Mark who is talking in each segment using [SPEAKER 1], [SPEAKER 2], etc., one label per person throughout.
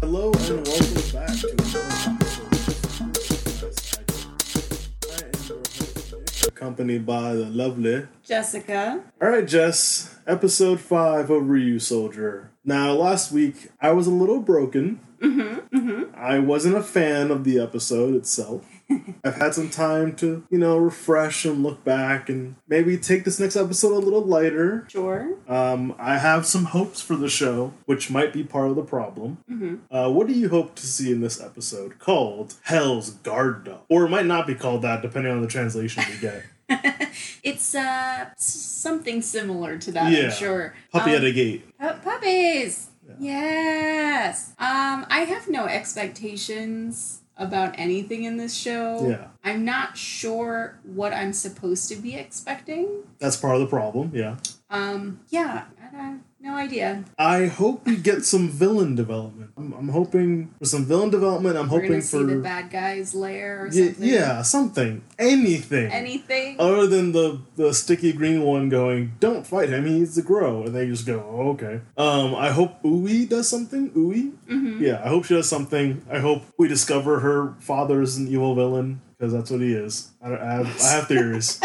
[SPEAKER 1] Hello and welcome back to I am your host, accompanied by the lovely.
[SPEAKER 2] Jessica.
[SPEAKER 1] All right, Jess. Episode five of Ryu Soldier. Now, last week I was a little broken. I wasn't a fan of the episode itself. I've had some time to, you know, refresh and look back and maybe take this next episode a little lighter.
[SPEAKER 2] Sure.
[SPEAKER 1] Um, I have some hopes for the show, which might be part of the problem.
[SPEAKER 2] Mm-hmm.
[SPEAKER 1] Uh, what do you hope to see in this episode called Hell's Guard Dog? Or it might not be called that, depending on the translation we get.
[SPEAKER 2] It's uh s- something similar to that,
[SPEAKER 1] Yeah.
[SPEAKER 2] I'm sure.
[SPEAKER 1] Puppy
[SPEAKER 2] um,
[SPEAKER 1] at a Gate.
[SPEAKER 2] pu- puppies. Yes. Um, I have no expectations about anything in this show.
[SPEAKER 1] Yeah.
[SPEAKER 2] I'm not sure what I'm supposed to be expecting.
[SPEAKER 1] That's part of the problem, yeah.
[SPEAKER 2] Um, yeah, I have no idea.
[SPEAKER 1] I hope we get some villain development. I'm, I'm hoping for some villain development. I'm
[SPEAKER 2] We're
[SPEAKER 1] hoping
[SPEAKER 2] gonna
[SPEAKER 1] for.
[SPEAKER 2] see the bad guy's lair or
[SPEAKER 1] Y-
[SPEAKER 2] something.
[SPEAKER 1] yeah, Oh. something. Anything.
[SPEAKER 2] Anything.
[SPEAKER 1] other than the the sticky green one going, don't fight him, he needs to grow, and they just go, oh, okay. Um, I hope Ui does something. Ui,
[SPEAKER 2] Mhm.
[SPEAKER 1] yeah, I hope she does something. I hope we discover her father is an evil villain because that's what he is. I, don't- I have I have theories,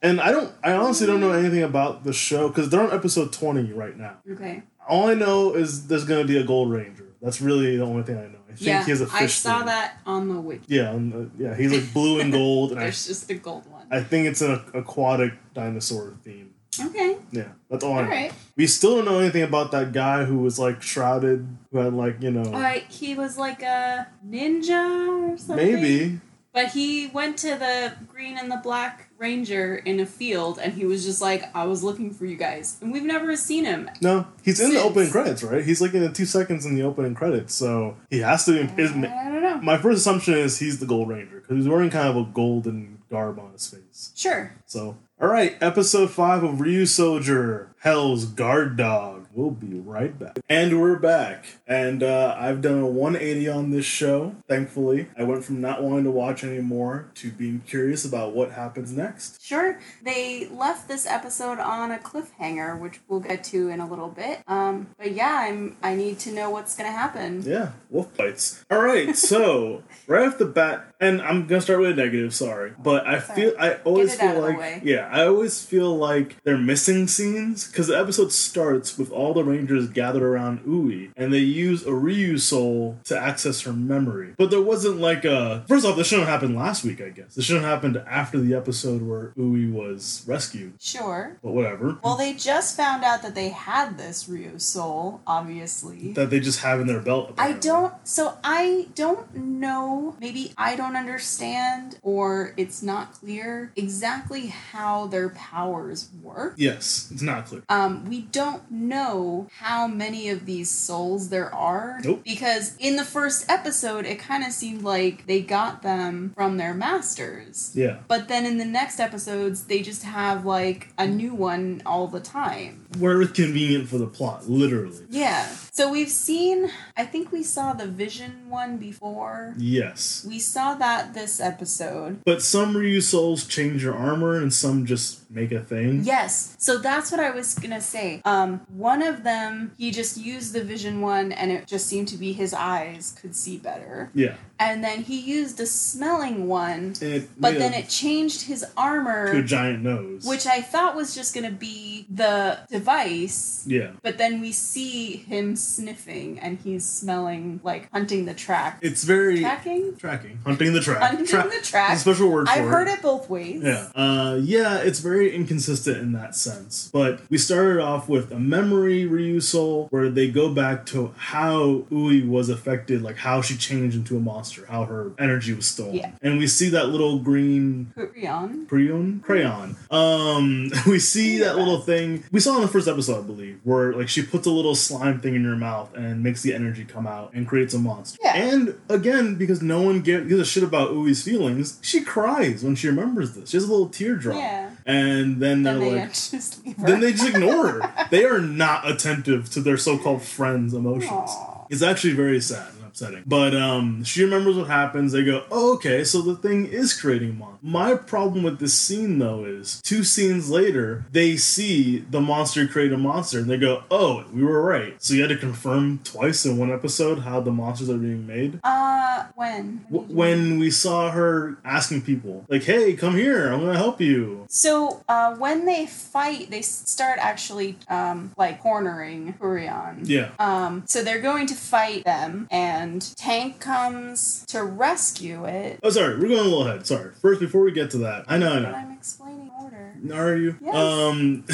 [SPEAKER 1] and I don't. I honestly don't know anything about the show because they're on episode twenty right now.
[SPEAKER 2] Okay.
[SPEAKER 1] All I know is there's going to be a Gold Ranger. That's really the only thing I know. I think
[SPEAKER 2] yeah,
[SPEAKER 1] he has a fish.
[SPEAKER 2] I saw
[SPEAKER 1] thing.
[SPEAKER 2] that on the wiki.
[SPEAKER 1] Yeah, and, uh, yeah, he's like blue and gold, and I
[SPEAKER 2] There's just the gold one.
[SPEAKER 1] I think it's an aquatic dinosaur theme.
[SPEAKER 2] okay.
[SPEAKER 1] Yeah, that's all I
[SPEAKER 2] All
[SPEAKER 1] know.
[SPEAKER 2] right.
[SPEAKER 1] We still don't know anything about that guy who was like shrouded, who had like, you know,
[SPEAKER 2] Uh, he was like a ninja or something.
[SPEAKER 1] maybe.
[SPEAKER 2] But he went to the green and the black ranger in a field and he was just like, I was looking for you guys. And we've never seen him.
[SPEAKER 1] No, he's in the
[SPEAKER 2] Since-
[SPEAKER 1] opening credits, right? He's like in the two seconds in the opening credits, so he has to be.
[SPEAKER 2] I
[SPEAKER 1] Is,
[SPEAKER 2] don't know.
[SPEAKER 1] my first assumption is he's the Gold Ranger because he's wearing kind of a golden garb on his face.
[SPEAKER 2] Sure.
[SPEAKER 1] So, all right, episode five of Ryu Soldier, Hell's Guard Dog. We'll be right back. And we're back. And uh, I've done a 180 on this show, thankfully. I went from not wanting to watch anymore to being curious about what happens next.
[SPEAKER 2] Sure. They left this episode on a cliffhanger, which we'll get to in a little bit. Um, but yeah, I'm I need to know what's gonna happen.
[SPEAKER 1] Yeah, wolf bites. All right, so right off the bat, and I'm gonna start with a negative. Sorry, but I feel I always
[SPEAKER 2] it
[SPEAKER 1] feel
[SPEAKER 2] out of the
[SPEAKER 1] like
[SPEAKER 2] way.
[SPEAKER 1] yeah, I always feel like they're missing scenes because the episode starts with all the Rangers gathered around Ui, and they use a Ryu soul to access her memory. But there wasn't like a first off, this shouldn't have happened last week. I guess this shouldn't have happened after the episode where Ui was rescued.
[SPEAKER 2] Sure.
[SPEAKER 1] But whatever.
[SPEAKER 2] Well, they just found out that they had this Ryu soul, obviously.
[SPEAKER 1] that they just have in their belt.
[SPEAKER 2] I
[SPEAKER 1] apparently.
[SPEAKER 2] don't. So I don't know. Maybe I don't understand, or it's not clear exactly how their powers work.
[SPEAKER 1] Yes, it's not clear.
[SPEAKER 2] Um, we don't know how many of these souls there are
[SPEAKER 1] Nope.
[SPEAKER 2] because in the first episode, it kind of seemed like they got them from their masters.
[SPEAKER 1] Yeah.
[SPEAKER 2] But then in the next episodes, they just have like a new one all the time.
[SPEAKER 1] where it's convenient for the plot, literally.
[SPEAKER 2] Yeah. So we've seen, I think we saw the vision one before.
[SPEAKER 1] Yes.
[SPEAKER 2] We saw that this episode.
[SPEAKER 1] But some Ryu souls change your armor and some just make a thing.
[SPEAKER 2] Yes. So that's what I was going to say. Um one of them he just used the vision one and it just seemed to be his eyes could see better.
[SPEAKER 1] Yeah.
[SPEAKER 2] And then he used a smelling one,
[SPEAKER 1] And it
[SPEAKER 2] but
[SPEAKER 1] made
[SPEAKER 2] then
[SPEAKER 1] a-
[SPEAKER 2] it changed his
[SPEAKER 1] to a
[SPEAKER 2] armor,
[SPEAKER 1] giant nose.
[SPEAKER 2] which I thought was just going to be the device.
[SPEAKER 1] Yeah.
[SPEAKER 2] But then we see him sniffing and he's smelling like hunting the track.
[SPEAKER 1] It's very
[SPEAKER 2] Tracking?
[SPEAKER 1] tracking. Hunting the track.
[SPEAKER 2] Hunting
[SPEAKER 1] Tra-
[SPEAKER 2] the track.
[SPEAKER 1] There's a special word for
[SPEAKER 2] I've heard it both ways.
[SPEAKER 1] Yeah. Uh, yeah, it's very inconsistent in that sense. But we started off with a memory Ryu soul where they go back to how Ui was affected, like how she changed into a monster, how her energy was stolen.
[SPEAKER 2] Yeah.
[SPEAKER 1] And we see that little green
[SPEAKER 2] Kurion.
[SPEAKER 1] Crayon? Crayon. Um, we see that little thing we saw in the first episode, I believe, where like she puts a little slime thing in your mouth and makes the energy come out and creates a monster.
[SPEAKER 2] Yeah.
[SPEAKER 1] And again, because no one gives gives a shit about Ui's feelings, she cries when she remembers this. She has a little teardrop.
[SPEAKER 2] Yeah.
[SPEAKER 1] And then they're
[SPEAKER 2] Then they
[SPEAKER 1] like,
[SPEAKER 2] just leave her.
[SPEAKER 1] then they Oh, just ignore her. They are not attentive to their so-called friends' emotions.
[SPEAKER 2] Aw.
[SPEAKER 1] It's actually very sad and upsetting. But um, she remembers what happens. They go, oh, okay, so the thing is creating monsters. My problem with this scene, though, is two scenes later, they see the monster create a monster and they go, oh, we were right. So you had to confirm twice in one episode how the monsters are being made?
[SPEAKER 2] Uh, when?
[SPEAKER 1] W- When we saw her asking people, like, hey, come here, I'm gonna help you.
[SPEAKER 2] So uh, when they fight, they s- start actually um, like cornering Furion.
[SPEAKER 1] Yeah.
[SPEAKER 2] Um, so they're going to fight them, and Tank comes to rescue it.
[SPEAKER 1] Oh, sorry, we're going a little ahead. Sorry. First, before we get to that, I know, I
[SPEAKER 2] But
[SPEAKER 1] know.
[SPEAKER 2] I'm explaining order.
[SPEAKER 1] Are you?
[SPEAKER 2] Yes.
[SPEAKER 1] Um,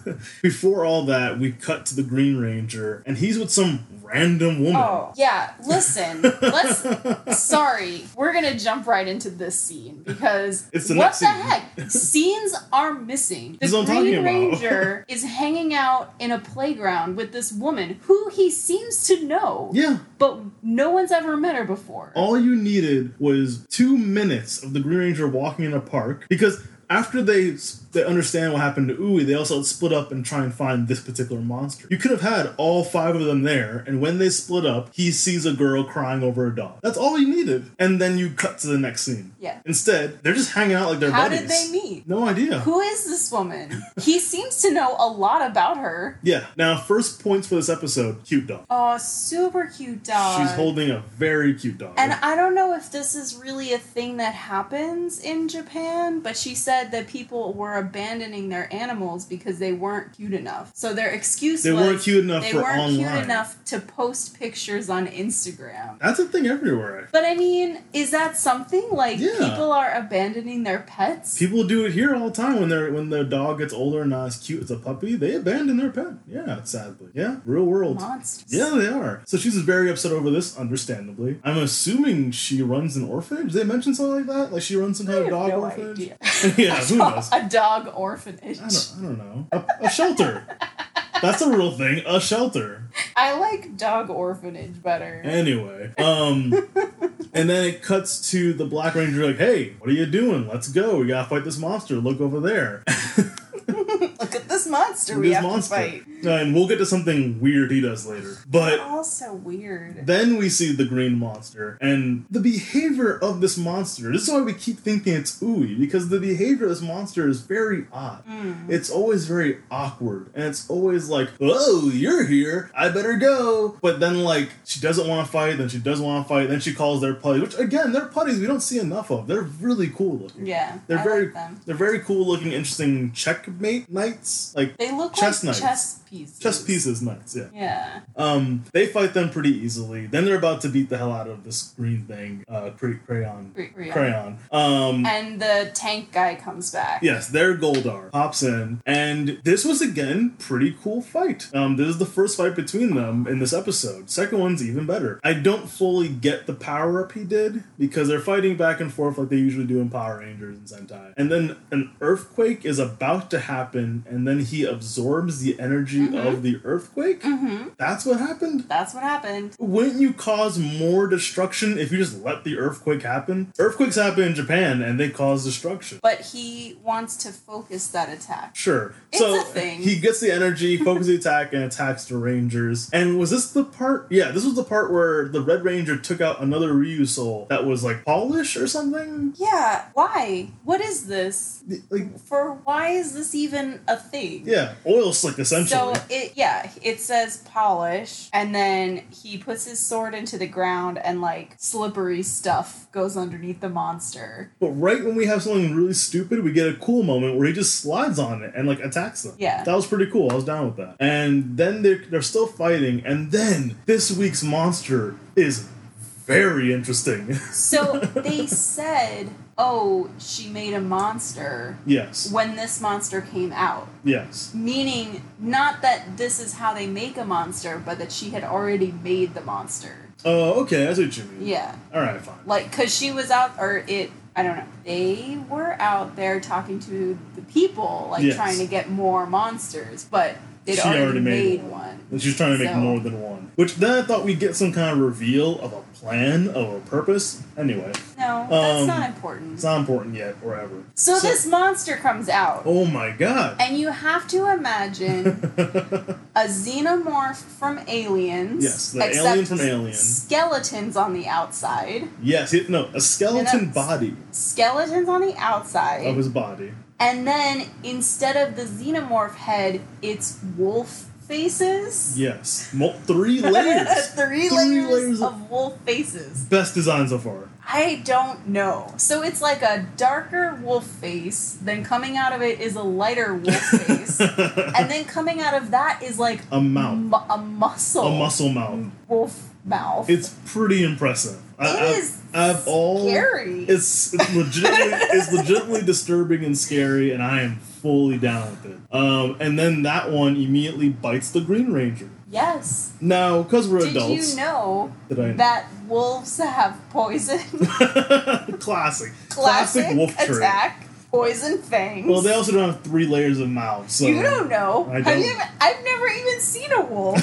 [SPEAKER 1] before all that, we cut to the Green Ranger, and he's with some random woman.
[SPEAKER 2] Oh yeah, listen. let's. Sorry, we're gonna jump right into this scene because
[SPEAKER 1] It's the
[SPEAKER 2] what
[SPEAKER 1] next
[SPEAKER 2] the
[SPEAKER 1] scene.
[SPEAKER 2] heck? Scenes are missing. The
[SPEAKER 1] That's what I'm talking
[SPEAKER 2] Green
[SPEAKER 1] about.
[SPEAKER 2] Ranger is hanging out in a playground with this woman who he seems to know,
[SPEAKER 1] yeah.
[SPEAKER 2] but no one's ever met her before.
[SPEAKER 1] All you needed was two minutes of the Green Ranger walking in a park because after they they understand what happened to Uwe, they also split up and try and find this particular monster. You could have had all five of them there, and when they split up, he sees a girl crying over a dog. That's all you needed, and then you cut to the next scene.
[SPEAKER 2] Yeah.
[SPEAKER 1] Instead, they're just hanging out like they're
[SPEAKER 2] How
[SPEAKER 1] buddies.
[SPEAKER 2] did they meet?
[SPEAKER 1] No idea.
[SPEAKER 2] Who is this woman? he seems to know a lot about her.
[SPEAKER 1] Yeah. Now, first points for this episode: cute dog.
[SPEAKER 2] Oh, super cute dog.
[SPEAKER 1] She's holding a very cute dog.
[SPEAKER 2] And I don't know if this is really a thing that happens in Japan, but she said that people were abandoning their animals because they weren't cute enough. So their excuse
[SPEAKER 1] they
[SPEAKER 2] was
[SPEAKER 1] weren't cute enough
[SPEAKER 2] they
[SPEAKER 1] for
[SPEAKER 2] weren't
[SPEAKER 1] online.
[SPEAKER 2] cute enough to post pictures on Instagram.
[SPEAKER 1] That's a thing everywhere.
[SPEAKER 2] But I mean, is that something like
[SPEAKER 1] Yeah.
[SPEAKER 2] people are abandoning their pets?
[SPEAKER 1] People do it here all the time when their when their dog gets older and not as cute as a puppy, they abandon their pet. Yeah, sadly. Yeah, real world.
[SPEAKER 2] Monsters.
[SPEAKER 1] Yeah, they are. So she's very upset over this, understandably. I'm assuming she runs an orphanage. Did they mention something like that? Like she runs some
[SPEAKER 2] I
[SPEAKER 1] kind
[SPEAKER 2] have
[SPEAKER 1] of dog
[SPEAKER 2] no
[SPEAKER 1] orphanage?
[SPEAKER 2] idea.
[SPEAKER 1] yeah, who knows?
[SPEAKER 2] a dog orphanage.
[SPEAKER 1] I don't, I don't know. A, a shelter. That's a real thing. A shelter.
[SPEAKER 2] I like dog orphanage better.
[SPEAKER 1] Anyway, um, and then it cuts to the Black Ranger like, "Hey, what are you doing? Let's go. We gotta fight this monster. Look over there.
[SPEAKER 2] Look at this monster we
[SPEAKER 1] this
[SPEAKER 2] have
[SPEAKER 1] monster."
[SPEAKER 2] to fight. Oh,
[SPEAKER 1] And we'll get to something weird he does later. But
[SPEAKER 2] All so weird.
[SPEAKER 1] then we see the green monster and the behavior of this monster. This is why we keep thinking it's Ooey because the behavior of this monster is very odd.
[SPEAKER 2] Mm.
[SPEAKER 1] It's always very awkward, and it's always like, "Oh, you're here. I better go." But then, like, she doesn't want to fight. Then she does want to fight. Then she calls their putties, which again, they're putties we don't see enough of. They're really cool looking.
[SPEAKER 2] Yeah,
[SPEAKER 1] they're
[SPEAKER 2] I
[SPEAKER 1] very,
[SPEAKER 2] like them.
[SPEAKER 1] they're very cool looking, interesting checkmate knights, like
[SPEAKER 2] They look
[SPEAKER 1] Chess
[SPEAKER 2] like
[SPEAKER 1] knives.
[SPEAKER 2] chess pieces.
[SPEAKER 1] chess pieces knights. Yeah.
[SPEAKER 2] Yeah.
[SPEAKER 1] Um, they fight them pretty easily. Then they're about to beat the hell out of this green thing, uh, cray- crayon,
[SPEAKER 2] Great, great.
[SPEAKER 1] crayon. Um,
[SPEAKER 2] And the tank guy comes back.
[SPEAKER 1] yes, their Goldar pops in, and this was again pretty cool fight. Um, this is the first fight between them in this episode. Second one's even better. I don't fully get the power up he did because they're fighting back and forth like they usually do in Power Rangers and Sentai. And then an earthquake is about to happen, and then he absorbs the energy of the earthquake.
[SPEAKER 2] Mm-hmm.
[SPEAKER 1] That's what happened.
[SPEAKER 2] That's what happened.
[SPEAKER 1] Wouldn't you cause more destruction if you just let the earthquake happen? Earthquakes happen in Japan and they cause destruction.
[SPEAKER 2] But he wants to focus that attack.
[SPEAKER 1] Sure.
[SPEAKER 2] It's
[SPEAKER 1] so
[SPEAKER 2] a thing.
[SPEAKER 1] he gets the energy, focuses the attack, and attacks the Rangers. And was this the part? Yeah, this was the part where the Red Ranger took out another Ryu soul that was like Polish or something.
[SPEAKER 2] Yeah. Why? What is this?
[SPEAKER 1] Like,
[SPEAKER 2] For why is this even a thing?
[SPEAKER 1] yeah, oil slick essentially.
[SPEAKER 2] So it yeah, it says polish, and then he puts his sword into the ground, and like slippery stuff goes underneath the monster.
[SPEAKER 1] but right when we have something really stupid, we get a cool moment where he just slides on it and like attacks them.
[SPEAKER 2] Yeah.
[SPEAKER 1] That was pretty cool. I was down with that. And then they're, they're still fighting. And then this week's monster is very interesting.
[SPEAKER 2] So they said, "Oh, she made a monster
[SPEAKER 1] yes.
[SPEAKER 2] when this monster came out."
[SPEAKER 1] Yes.
[SPEAKER 2] Meaning, not that this is how they make a monster, but that she had already made the monster.
[SPEAKER 1] Oh, okay. That's what you mean.
[SPEAKER 2] Yeah.
[SPEAKER 1] All right, fine.
[SPEAKER 2] Like, because she was out, or it, I don't know. They were out there talking to the people, like
[SPEAKER 1] Yes.
[SPEAKER 2] trying to get more monsters, but they'd
[SPEAKER 1] She
[SPEAKER 2] already,
[SPEAKER 1] already
[SPEAKER 2] made,
[SPEAKER 1] made
[SPEAKER 2] one.
[SPEAKER 1] And she's trying to make
[SPEAKER 2] So-
[SPEAKER 1] more than one. Which then I thought we'd get some kind of reveal of a plan, of a purpose. Anyway.
[SPEAKER 2] No, know, that's
[SPEAKER 1] Um,
[SPEAKER 2] not important.
[SPEAKER 1] It's not important yet, wherever.
[SPEAKER 2] so, this monster comes out,
[SPEAKER 1] Oh my god.
[SPEAKER 2] and you have to imagine a xenomorph from Aliens.
[SPEAKER 1] Yes, the
[SPEAKER 2] except
[SPEAKER 1] alien from Alien.
[SPEAKER 2] Skeletons on the outside,
[SPEAKER 1] yes, it, no, a skeleton
[SPEAKER 2] that's-
[SPEAKER 1] body
[SPEAKER 2] skeletons on the outside,
[SPEAKER 1] of his body.
[SPEAKER 2] and then instead of the xenomorph head, it's wolf faces.
[SPEAKER 1] Yes, Mul- three layers.
[SPEAKER 2] Three,
[SPEAKER 1] Three
[SPEAKER 2] layers,
[SPEAKER 1] layers of-
[SPEAKER 2] of wolf faces.
[SPEAKER 1] Best design so far.
[SPEAKER 2] I don't know. So it's like a darker wolf face, then coming out of it is a lighter wolf face, and then coming out of that is like
[SPEAKER 1] a mouth,
[SPEAKER 2] mu- a muscle,
[SPEAKER 1] a muscle mouth.
[SPEAKER 2] wolf mouth.
[SPEAKER 1] It's pretty impressive.
[SPEAKER 2] It
[SPEAKER 1] I've,
[SPEAKER 2] is
[SPEAKER 1] I've all.
[SPEAKER 2] scary.
[SPEAKER 1] It's, it's legitimately it's legitimately disturbing and scary, and I am fully down with it. Um, and then that one immediately bites the Green Ranger.
[SPEAKER 2] yes.
[SPEAKER 1] Now, because we're
[SPEAKER 2] Did
[SPEAKER 1] adults,
[SPEAKER 2] you know
[SPEAKER 1] Did I know?
[SPEAKER 2] that wolves have poison?
[SPEAKER 1] classic, classic, wolf trait.
[SPEAKER 2] attack, poison fangs.
[SPEAKER 1] Well, they also don't have three layers of mouths. So.
[SPEAKER 2] you don't know.
[SPEAKER 1] I
[SPEAKER 2] Have
[SPEAKER 1] don't.
[SPEAKER 2] you ever- I've never even seen a wolf.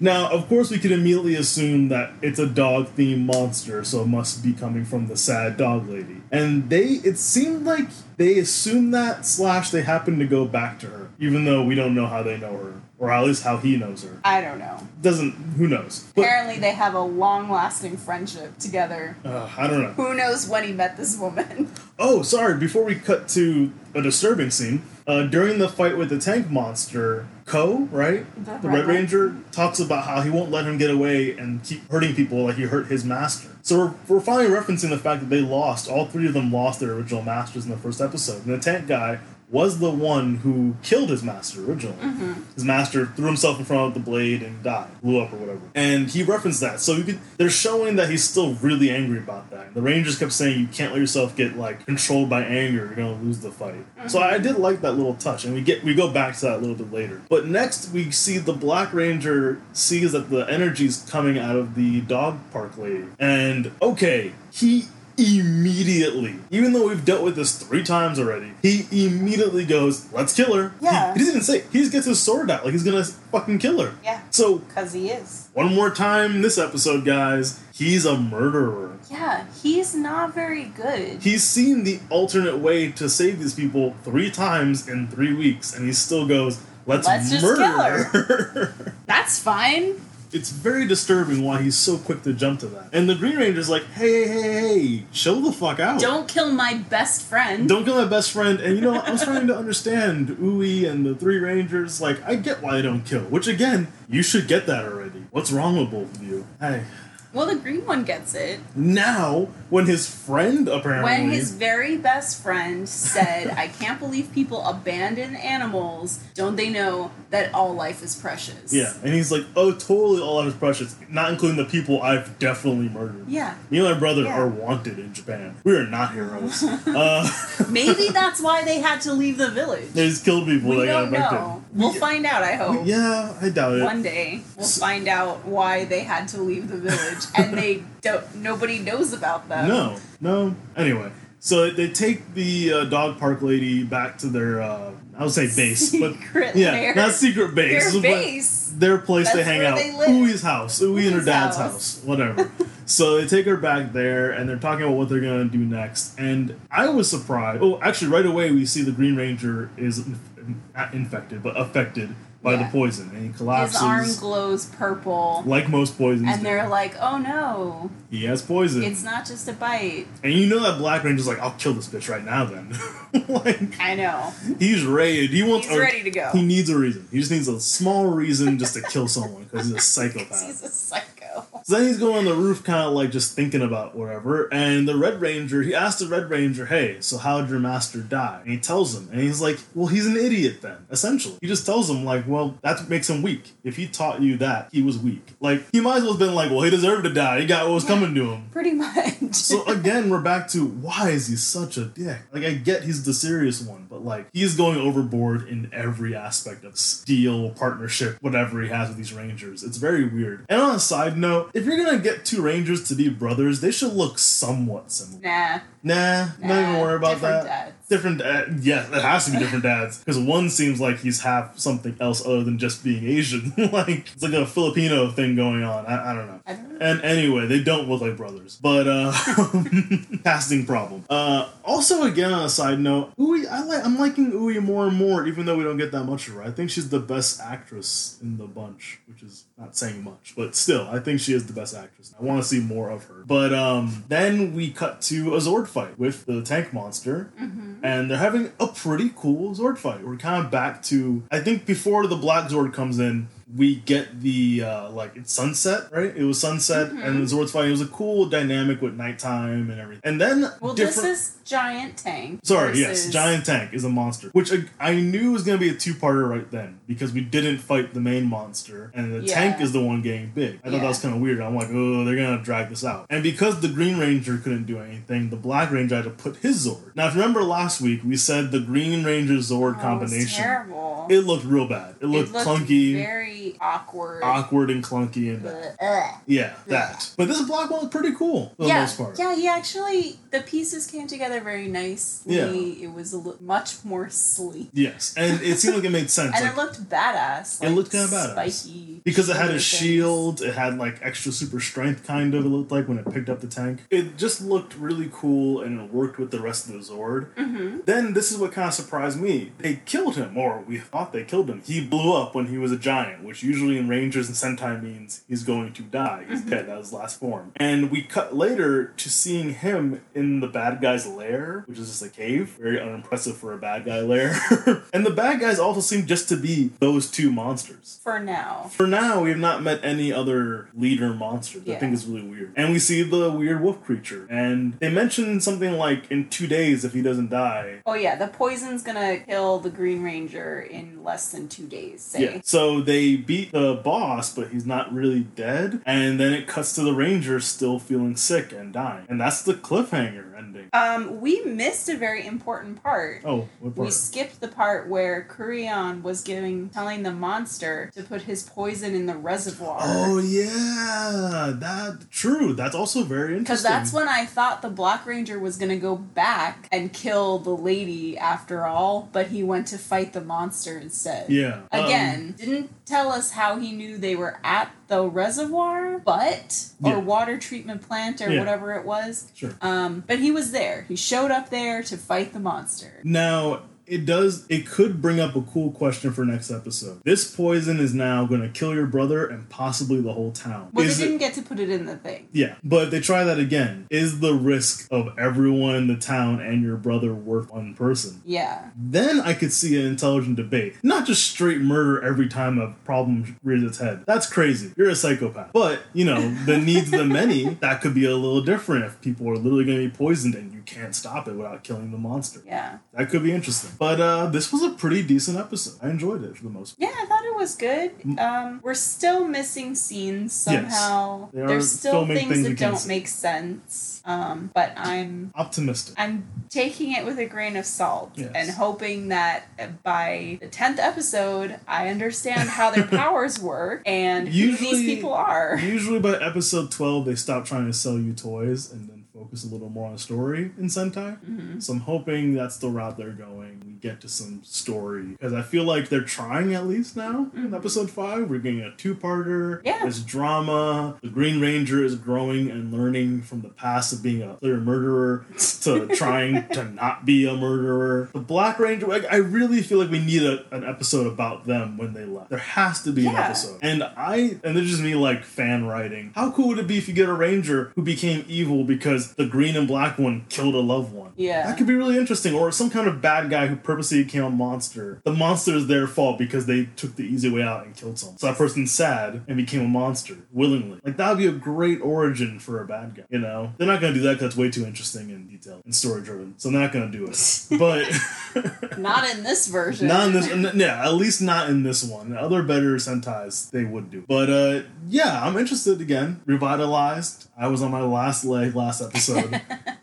[SPEAKER 1] now, of course, we can immediately assume that it's a dog-themed monster, so it must be coming from the sad dog lady. And they—it seemed like they assumed that slash they happened to go back to her, even though we don't know how they know her, or at least how he knows her.
[SPEAKER 2] I don't know.
[SPEAKER 1] Doesn't who knows? But
[SPEAKER 2] Apparently, they have a long lasting friendship together.
[SPEAKER 1] uh, I don't know.
[SPEAKER 2] Who knows when he met this woman?
[SPEAKER 1] Oh, sorry. Before we cut to a disturbing scene, uh, during the fight with the tank monster, Ko, right,
[SPEAKER 2] The
[SPEAKER 1] the Red
[SPEAKER 2] Red
[SPEAKER 1] Ranger, talks about how he won't let him get away and keep hurting people like he hurt his master. So we're, we're finally referencing the fact that they lost. All three of them lost their original masters in the first episode, and the tank guy was the one who killed his master originally. His master threw himself in front of the blade and died, blew up or whatever. And he referenced that. So you could, they're showing that he's still really angry about that. The Rangers kept saying you can't let yourself get like controlled by anger, you're gonna lose the fight. So I did like that little touch, and we get we go back to that a little bit later. But next we see the Black Ranger sees that the energy's coming out of the dog park lady. And okay, he immediately, even though we've dealt with this three times already, he immediately goes, "Let's kill her." He-
[SPEAKER 2] Yeah.
[SPEAKER 1] he, doesn't even say. He just gets his sword out, like he's gonna fucking kill her.
[SPEAKER 2] Yeah.
[SPEAKER 1] So
[SPEAKER 2] Because he is.
[SPEAKER 1] one more time, this episode, guys, he's a murderer.
[SPEAKER 2] Yeah, he's not very good.
[SPEAKER 1] He's seen the alternate way to save these people three times in three weeks, and he still goes, "Let's,
[SPEAKER 2] Let's just
[SPEAKER 1] murder
[SPEAKER 2] kill her."
[SPEAKER 1] her.
[SPEAKER 2] That's fine.
[SPEAKER 1] it's very disturbing why he's so quick to jump to that. And the Green Ranger's like, "Hey, hey, hey, hey, chill the fuck out."
[SPEAKER 2] Don't kill my best friend.
[SPEAKER 1] Don't kill my best friend. And you know, I'm starting to understand Uwe and the Three Rangers. Like, I get why they don't kill. Which, again, you should get that already. What's wrong with both of you? Hey,
[SPEAKER 2] Well, the green one gets it.
[SPEAKER 1] now when his friend apparently
[SPEAKER 2] When his very best friend said, I can't believe people abandon animals, don't they know that all life is precious?
[SPEAKER 1] yeah, and he's like, oh, totally, all of his precious, not including the people I've definitely murdered.
[SPEAKER 2] Yeah.
[SPEAKER 1] Me and my brother
[SPEAKER 2] Yeah.
[SPEAKER 1] are wanted in Japan. We are not heroes. uh,
[SPEAKER 2] Maybe that's why they had to leave the village.
[SPEAKER 1] they just killed people. that
[SPEAKER 2] we don't
[SPEAKER 1] got back
[SPEAKER 2] know. We'll find out, I hope.
[SPEAKER 1] Yeah, I doubt it.
[SPEAKER 2] One day we'll
[SPEAKER 1] S-
[SPEAKER 2] find out why they had to leave the village, and they don't. Nobody knows about them.
[SPEAKER 1] No, no. Anyway, so they take the uh, dog park lady back to their, uh, I would say base, but
[SPEAKER 2] Secret
[SPEAKER 1] yeah,
[SPEAKER 2] lair.
[SPEAKER 1] not secret
[SPEAKER 2] their
[SPEAKER 1] base, but
[SPEAKER 2] base.
[SPEAKER 1] their place they
[SPEAKER 2] That's
[SPEAKER 1] hang
[SPEAKER 2] where
[SPEAKER 1] out.
[SPEAKER 2] they live.
[SPEAKER 1] Ui's house, Ui and her
[SPEAKER 2] Ui's
[SPEAKER 1] dad's
[SPEAKER 2] house.
[SPEAKER 1] house, whatever. so they take her back there, and they're talking about what they're gonna do next. And I was surprised. Oh, actually, right away we see the Green Ranger is inf- not infected, but affected by
[SPEAKER 2] Yeah.
[SPEAKER 1] the poison, and he
[SPEAKER 2] His arm
[SPEAKER 1] collapses.
[SPEAKER 2] glows purple,
[SPEAKER 1] like most poisons,
[SPEAKER 2] and
[SPEAKER 1] do.
[SPEAKER 2] they're like, "Oh no,
[SPEAKER 1] he has poison.
[SPEAKER 2] it's not just a bite."
[SPEAKER 1] And you know that Black Ranger's like, I'll kill this bitch right now then. like
[SPEAKER 2] I know.
[SPEAKER 1] he's ready. He wants
[SPEAKER 2] He's
[SPEAKER 1] a-
[SPEAKER 2] ready to go.
[SPEAKER 1] He needs a reason. He just needs a small reason just to kill someone because he's a
[SPEAKER 2] 'Cause
[SPEAKER 1] psychopath.
[SPEAKER 2] He's a psycho.
[SPEAKER 1] So then he's going on the roof, kind of like just thinking about whatever. And the Red Ranger, he asked the Red Ranger, "Hey, so how'd your master die?" And he tells him, and he's like, "Well, he's an idiot then." Essentially, he just tells him like, "Well, that makes him weak. If he taught you that, he was weak. Like he might as well have been like, well, he deserved to die. He got what was coming to him."
[SPEAKER 2] Pretty much.
[SPEAKER 1] So again, we're back to why is he such a dick? Like I get he's the serious one, but but like he's going overboard in every aspect of this deal, partnership, whatever he has with these Rangers. It's very weird. And on a side note, if you're gonna get two Rangers to be brothers, they should look somewhat similar.
[SPEAKER 2] Nah.
[SPEAKER 1] Nah, not even
[SPEAKER 2] Nah,
[SPEAKER 1] worry about
[SPEAKER 2] different
[SPEAKER 1] that.
[SPEAKER 2] dads.
[SPEAKER 1] Different dad, yes, it has to be different dads because one seems like he's half something else other than just being Asian. like it's like a Filipino thing going on. I, I don't know.
[SPEAKER 2] I don't know.
[SPEAKER 1] And anyway, they don't look like brothers, but uh, casting problem. Uh, also, again on a side note, Ui, I like. I'm liking Ui more and more, even though we don't get that much of her. I think she's the best actress in the bunch, which is not saying much, but still, I think she is the best actress. I want to see more of her. But um, then we cut to a Zord fight with the tank monster, and they're having a pretty cool Zord fight. We're kind of back to I think before the Black Zord comes in, we get the uh, like it's sunset, right? It was sunset,
[SPEAKER 2] Mm-hmm.
[SPEAKER 1] and the Zord's fighting. It was a cool dynamic with nighttime and everything. And then
[SPEAKER 2] Well,
[SPEAKER 1] different.
[SPEAKER 2] this is Giant Tank.
[SPEAKER 1] Sorry, yes,
[SPEAKER 2] versus-
[SPEAKER 1] Giant Tank is a monster, which I, I knew was going to be a two-parter right then because we didn't fight the main monster, and the
[SPEAKER 2] Yeah.
[SPEAKER 1] tank is the one getting big. I thought that
[SPEAKER 2] Yeah.
[SPEAKER 1] was kind of weird. I'm like, oh, they're going to drag this out. And because the Green Ranger couldn't do anything, the Black Ranger had to put his Zord. Now, if you remember last week, we said the Green Ranger Zord
[SPEAKER 2] Oh, It was
[SPEAKER 1] combination.
[SPEAKER 2] terrible.
[SPEAKER 1] It looked real bad. It
[SPEAKER 2] It
[SPEAKER 1] looked,
[SPEAKER 2] looked
[SPEAKER 1] clunky,
[SPEAKER 2] Very awkward.
[SPEAKER 1] awkward, and clunky, and bad.
[SPEAKER 2] Ugh. Ugh.
[SPEAKER 1] Yeah, that. But this black one was pretty cool for the
[SPEAKER 2] yeah,
[SPEAKER 1] most part.
[SPEAKER 2] yeah, he actually the pieces came together very nicely.
[SPEAKER 1] Yeah.
[SPEAKER 2] It was a li- much more sleek,
[SPEAKER 1] Yes, and it seemed like it made sense.
[SPEAKER 2] and
[SPEAKER 1] like,
[SPEAKER 2] it looked badass.
[SPEAKER 1] It
[SPEAKER 2] like,
[SPEAKER 1] looked kinda badass.
[SPEAKER 2] spiky
[SPEAKER 1] because it had a
[SPEAKER 2] things.
[SPEAKER 1] shield, it had like extra super strength, kind of it looked like when it picked up the tank. It just looked really cool and it worked with the rest of the Zord.
[SPEAKER 2] Mhm.
[SPEAKER 1] Then this is what kind of surprised me. They killed him, or we thought they killed him. He blew up when he was a giant, which usually in Rangers and Sentai means he's going to die. He's dead. That was his last form. And we cut later to seeing him in the bad guy's lair, which is just a cave. Very unimpressive for a bad guy lair. and the bad guys also seem just to be those two monsters.
[SPEAKER 2] for now.
[SPEAKER 1] For now, we have not met any other leader monsters. I
[SPEAKER 2] Yeah.
[SPEAKER 1] think is really weird. And we see the weird wolf creature. And they mentioned something like in two days if he doesn't die.
[SPEAKER 2] Oh yeah, the poison's gonna kill the Green Ranger in less than two days. Say.
[SPEAKER 1] Yeah. So they beat the boss, but he's not really dead. And then it cuts to the ranger still feeling sick and dying. And that's the cliffhanger ending.
[SPEAKER 2] Um, we missed a very important part.
[SPEAKER 1] Oh, what
[SPEAKER 2] We
[SPEAKER 1] part?
[SPEAKER 2] skipped the part where Kurion was giving telling the monster to put his poison in the reservoir.
[SPEAKER 1] Oh yeah, that true. That's also very interesting.
[SPEAKER 2] Because that's when I thought the Black Ranger was going to go back and kill the lady after all, but he went to fight the monster instead.
[SPEAKER 1] Yeah. um,
[SPEAKER 2] Again, didn't tell us how he knew they were at the reservoir, but, or
[SPEAKER 1] Yeah.
[SPEAKER 2] water treatment plant or
[SPEAKER 1] Yeah.
[SPEAKER 2] whatever it was.
[SPEAKER 1] sure.
[SPEAKER 2] Um, but he was there. He showed up there to fight the monster.
[SPEAKER 1] Now, it does it could bring up a cool question for next episode. This poison is now going to kill your brother and possibly the whole town.
[SPEAKER 2] Well,
[SPEAKER 1] Is
[SPEAKER 2] they
[SPEAKER 1] it-
[SPEAKER 2] didn't get to put it in the thing.
[SPEAKER 1] yeah, but if they try that again, is the risk of everyone in the town and your brother worth one person?
[SPEAKER 2] Yeah.
[SPEAKER 1] Then I could see an intelligent debate. Not just straight murder every time a problem rears its head. That's crazy. You're a psychopath. But, you know, the needs of the many, that could be a little different if people are literally going to be poisoned and you can't stop it without killing the monster.
[SPEAKER 2] Yeah.
[SPEAKER 1] That could be interesting. But uh, this was a pretty decent episode. I enjoyed it for the most part.
[SPEAKER 2] Yeah, I thought it was good. Um, we're still missing scenes somehow.
[SPEAKER 1] They are
[SPEAKER 2] There's still
[SPEAKER 1] filming
[SPEAKER 2] things,
[SPEAKER 1] things we
[SPEAKER 2] that
[SPEAKER 1] can't
[SPEAKER 2] don't
[SPEAKER 1] see.
[SPEAKER 2] make sense. Um, but I'm
[SPEAKER 1] Optimistic.
[SPEAKER 2] I'm taking it with a grain of salt
[SPEAKER 1] Yes.
[SPEAKER 2] and hoping that by the tenth episode, I understand how their powers work and who
[SPEAKER 1] Usually-
[SPEAKER 2] these people are.
[SPEAKER 1] Usually by episode 12, they stop trying to sell you toys and then focus a little more on story in Sentai.
[SPEAKER 2] Mm-hmm.
[SPEAKER 1] So I'm hoping that's the route they're going. We get to some story. Because I feel like they're trying at least now in episode 5. We're getting a two parter.
[SPEAKER 2] Mm-hmm. Yeah.
[SPEAKER 1] There's drama. The Green Ranger is growing and learning from the past of being a clear murderer to trying to not be a murderer. The Black Ranger, like, I really feel like we need a, an episode about them when they left. There has to be an
[SPEAKER 2] Yeah.
[SPEAKER 1] episode. And I, and this is just me like fan writing. How cool would it be if you get a Ranger who became evil because the green and black one killed a loved one?
[SPEAKER 2] Yeah.
[SPEAKER 1] That could be really interesting. Or some kind of bad guy who purposely became a monster. The monster is their fault because they took the easy way out and killed someone. So that person's sad and became a monster willingly. Like, that would be a great origin for a bad guy, you know? They're not going to do that because that's way too interesting and detailed and story driven. So they're not going to do it. But.
[SPEAKER 2] Not in this version.
[SPEAKER 1] Not in this, n- yeah. At least not in this one. The other better Sentai's they would do, but uh, yeah, I'm interested again. Revitalized. I was on my last leg last episode,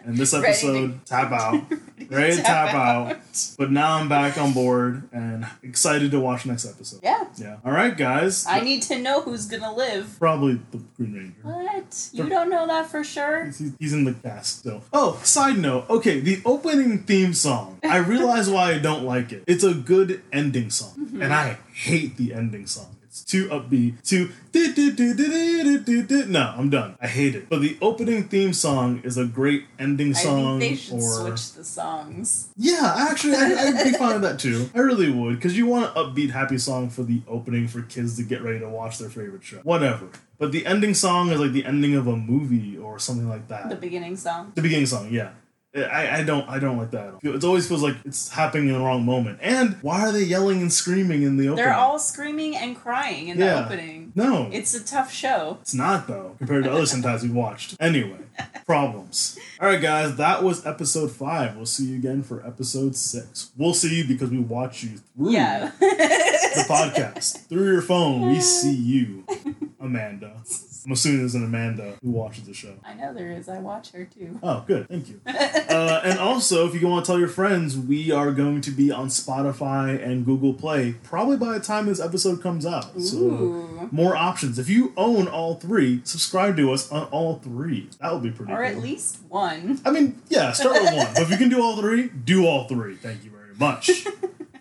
[SPEAKER 1] and this
[SPEAKER 2] Ready to-
[SPEAKER 1] episode tap out.
[SPEAKER 2] ready,
[SPEAKER 1] Ready to tap out.
[SPEAKER 2] out.
[SPEAKER 1] But now I'm back on board and excited to watch next episode.
[SPEAKER 2] Yeah.
[SPEAKER 1] Yeah. All right, guys.
[SPEAKER 2] I need to know who's gonna live.
[SPEAKER 1] Probably the Green Ranger.
[SPEAKER 2] What? You don't know that for sure?
[SPEAKER 1] He's, he's in the cast still. Oh, side note. Okay, the opening theme song. I realize why I don't like it. It's a good ending song,
[SPEAKER 2] Mm-hmm.
[SPEAKER 1] and I hate the ending song. It's too upbeat, too. do- do- do- do- do- do- do- No, I'm done. I hate it. But the opening theme song is a great ending
[SPEAKER 2] I
[SPEAKER 1] song.
[SPEAKER 2] think they should
[SPEAKER 1] or...
[SPEAKER 2] switch the songs.
[SPEAKER 1] Yeah, actually, I, I'd be fine with that too. I really would, because you want an upbeat, happy song for the opening for kids to get ready to watch their favorite show. Whatever. But the ending song is like the ending of a movie or something like that.
[SPEAKER 2] The
[SPEAKER 1] The,
[SPEAKER 2] beginning song.
[SPEAKER 1] beginning song, yeah. I, I don't I don't like that at all. It always feels like it's happening in the wrong moment. And why are they yelling and screaming in the opening?
[SPEAKER 2] They're all screaming and crying in
[SPEAKER 1] Yeah.
[SPEAKER 2] the opening.
[SPEAKER 1] no.
[SPEAKER 2] It's a tough show.
[SPEAKER 1] It's not though, compared to other Sentais we watched. Anyway, problems. All right, guys, that was episode five. We'll see you again for episode six. We'll see you because we watch you through
[SPEAKER 2] Yeah.
[SPEAKER 1] the podcast through your phone. We see you, Amanda. I'm assuming there's an Amanda who watches the show.
[SPEAKER 2] I know there is. I watch her too.
[SPEAKER 1] Oh, good. Thank you. Uh, and also, if you want to tell your friends, we are going to be on Spotify and Google Play probably by the time this episode comes out. So
[SPEAKER 2] Ooh.
[SPEAKER 1] more options. If you own all three, subscribe to us on all three. That would be pretty
[SPEAKER 2] Or
[SPEAKER 1] cool.
[SPEAKER 2] at least one.
[SPEAKER 1] I mean, yeah, start with one. But if you can do all three, do all three. Thank you very much.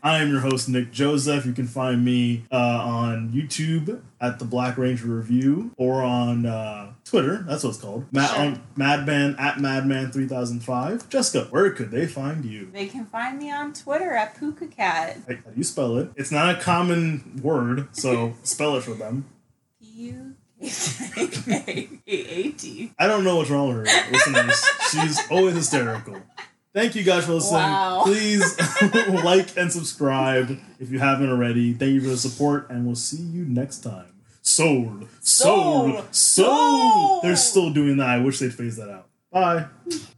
[SPEAKER 1] I am your host, Nick Joseph. You can find me uh, on YouTube at the Black Ranger Review or on uh, Twitter. That's what it's called. Ma-
[SPEAKER 2] Sure.
[SPEAKER 1] on Madman at Madman3005. Jessica, where could they find you?
[SPEAKER 2] They can find me on Twitter at Puka Cat.
[SPEAKER 1] Hey, How do you spell it? It's not a common word, so spell it for them.
[SPEAKER 2] P U K K A T.
[SPEAKER 1] I don't know what's wrong with her listeners. She's always hysterical. Thank you guys for listening.
[SPEAKER 2] Wow.
[SPEAKER 1] Please like and subscribe if you haven't already. Thank you for the support, and we'll see you next time. Soul, soul, soul.
[SPEAKER 2] Soul.
[SPEAKER 1] They're still doing that. I wish they'd phase that out. Bye.